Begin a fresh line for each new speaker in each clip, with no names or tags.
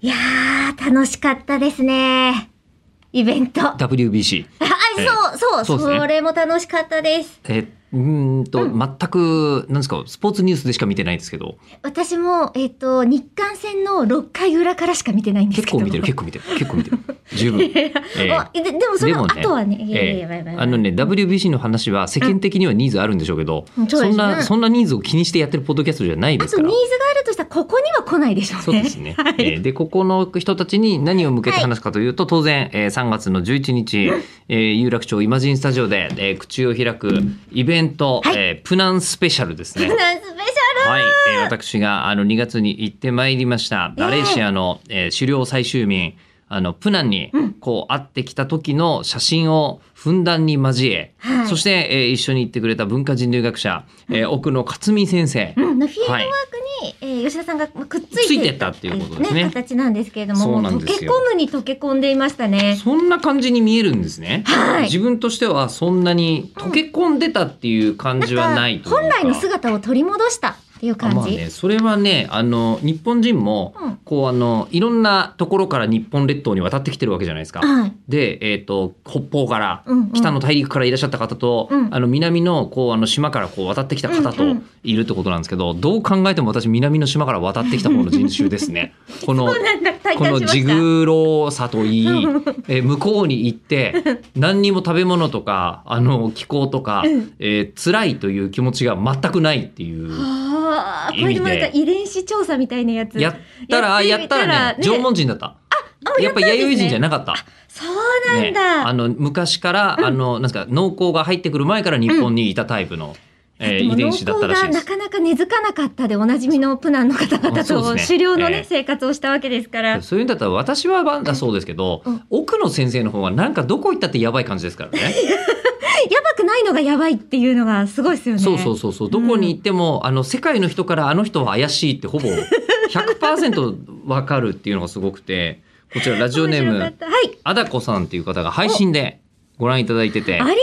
いやー、楽しかったですね。イベント。あ、
WBC。ええ
そう、
そ
そうう、
です
そ
ね
れも楽しかったです。
えうーんと、
うん
全く、なんですか、スポーツニュースでしか見てないんですけど、
私も、えっ、と、日韓戦の6回裏からしか見てないんです
結
けど。
構見てる、結構見てる、結構見てる。十分。ええ
あででもそ
で
の
もね
後はね、 いやいやいや
ええあのね、WBC の話は世間的にはニーズあるんでしょうけど、
うんそう
そ
ですね
んな、そんなニーズを気にしてやってるポッドキャストじゃない
あとニ
で
ー
す
ズ
か
が
ら。
あるとしたらここには来ないでしょうね。。
そうですね
はい
えーでここの人たちに何を向けて話すかというと、当然、えー3月の11日、えー有楽町イマジンスタジオで、えー口を開くイベント、
はい
えープナンスペシャルですね。
なんスペシ
はい、えー私があの2月に行ってまいりました
えー
マレーシアの、えー狩猟採集民あのプナンにこう会ってきた時の写真をふんだんに交え、
はい
そして、えー一緒に行ってくれた文化人類学者、えー奥野克美先生、
ャルのフィールドワ
はい
ークに、えー吉田さんがまあくっつ
つい
い
て
て
ったっていうことですね
形なんですけれども
そうなん
もう
で
溶
す
け
よ
込むに溶け込んでいましたね。
そんな感じに見えるんですね、
はい
自分としてはそんなに溶け込んでたっていう感じはないというか
本来の姿を取り戻したっていう感じ。
あまあね、それはねあの日本人も、
うん
こうあのいろんなところから日本列島に渡ってきてるわけじゃないですか。
はい
で、えー、と北方から、
うんうん
北の大陸からいらっしゃった方と、
うん
あの南のこうあの島からこう渡ってきた方と
うんうん
いるってことなんですけど、どう考えても私南の島から渡ってきた方の人種です ね。この
そうなんだ体
こ
感
の
しま
ジ
した。
グロさといい、えー向こうに行って、何にも食べ物とか、あの、気候とか、
うん
えー辛いという気持ちが全くないっていう。
はあ、これでもなんか
意味
遺伝子調査みたいなやつ。
やったら、あ
や
や
って
っ
み
た
た
ら
ら
ね、
ね
縄文人だった。やっぱ弥生人じゃ
ない。
なかった。
そうなん
ね
だ。
あの、昔から、あの、なんですか、農耕が入ってくる前から日本にいたタイプの、えー遺伝子だったらしいで
でも農
す
耕。がなかなか根付かなかったでおなじみのプナンの方々
あそう
と
です
狩
ね
猟のね
ええ
生活をしたわけですから
そういうんだったら私はまだそうですけど、
うん
奥野先生の方はなんかどこ行ったってやばい感じですから ね。
やばくないのがやばいっていうのがすごいですよね
そうそうそうそうどこに行っても、あの世界の人からあの人は怪しいっ てほぼ100%わかるっていうのがすごくてこちらラジオネー
面白か
ム
ったはい
あだこさんっていう方が配信でご覧いただいてて
ありがとうござい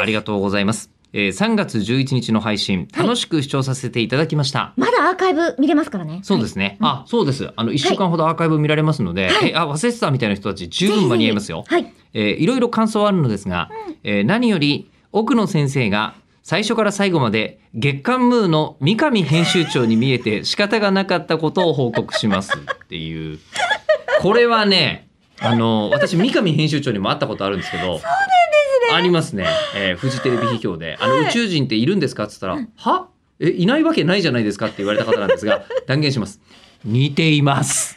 ありがとうございます、えー3月11日の配信
はい
楽しく視聴させていただきました、
ますまだアーカイブ見れますからね
そうですね、あそうですあの1週間ほどアーカイブ見られますので、
はい
えあ忘れてたみたいな人たち十
ぜひぜ
分
ひ
間に合いますよ
はい
えーいろいろ感想はあるのですが、えー何より奥野先生が最初から最後まで月刊ムーの三上編集長に見えて仕方がなかったことを報告しますって いうこれはねあの私三上編集長にも会ったことあるんですけどありますね、えーフジテレビ批評で「あの宇宙人っているんですか?」っつったら「はえいないわけないじゃないですか」って言われた方なんですが断言します似ています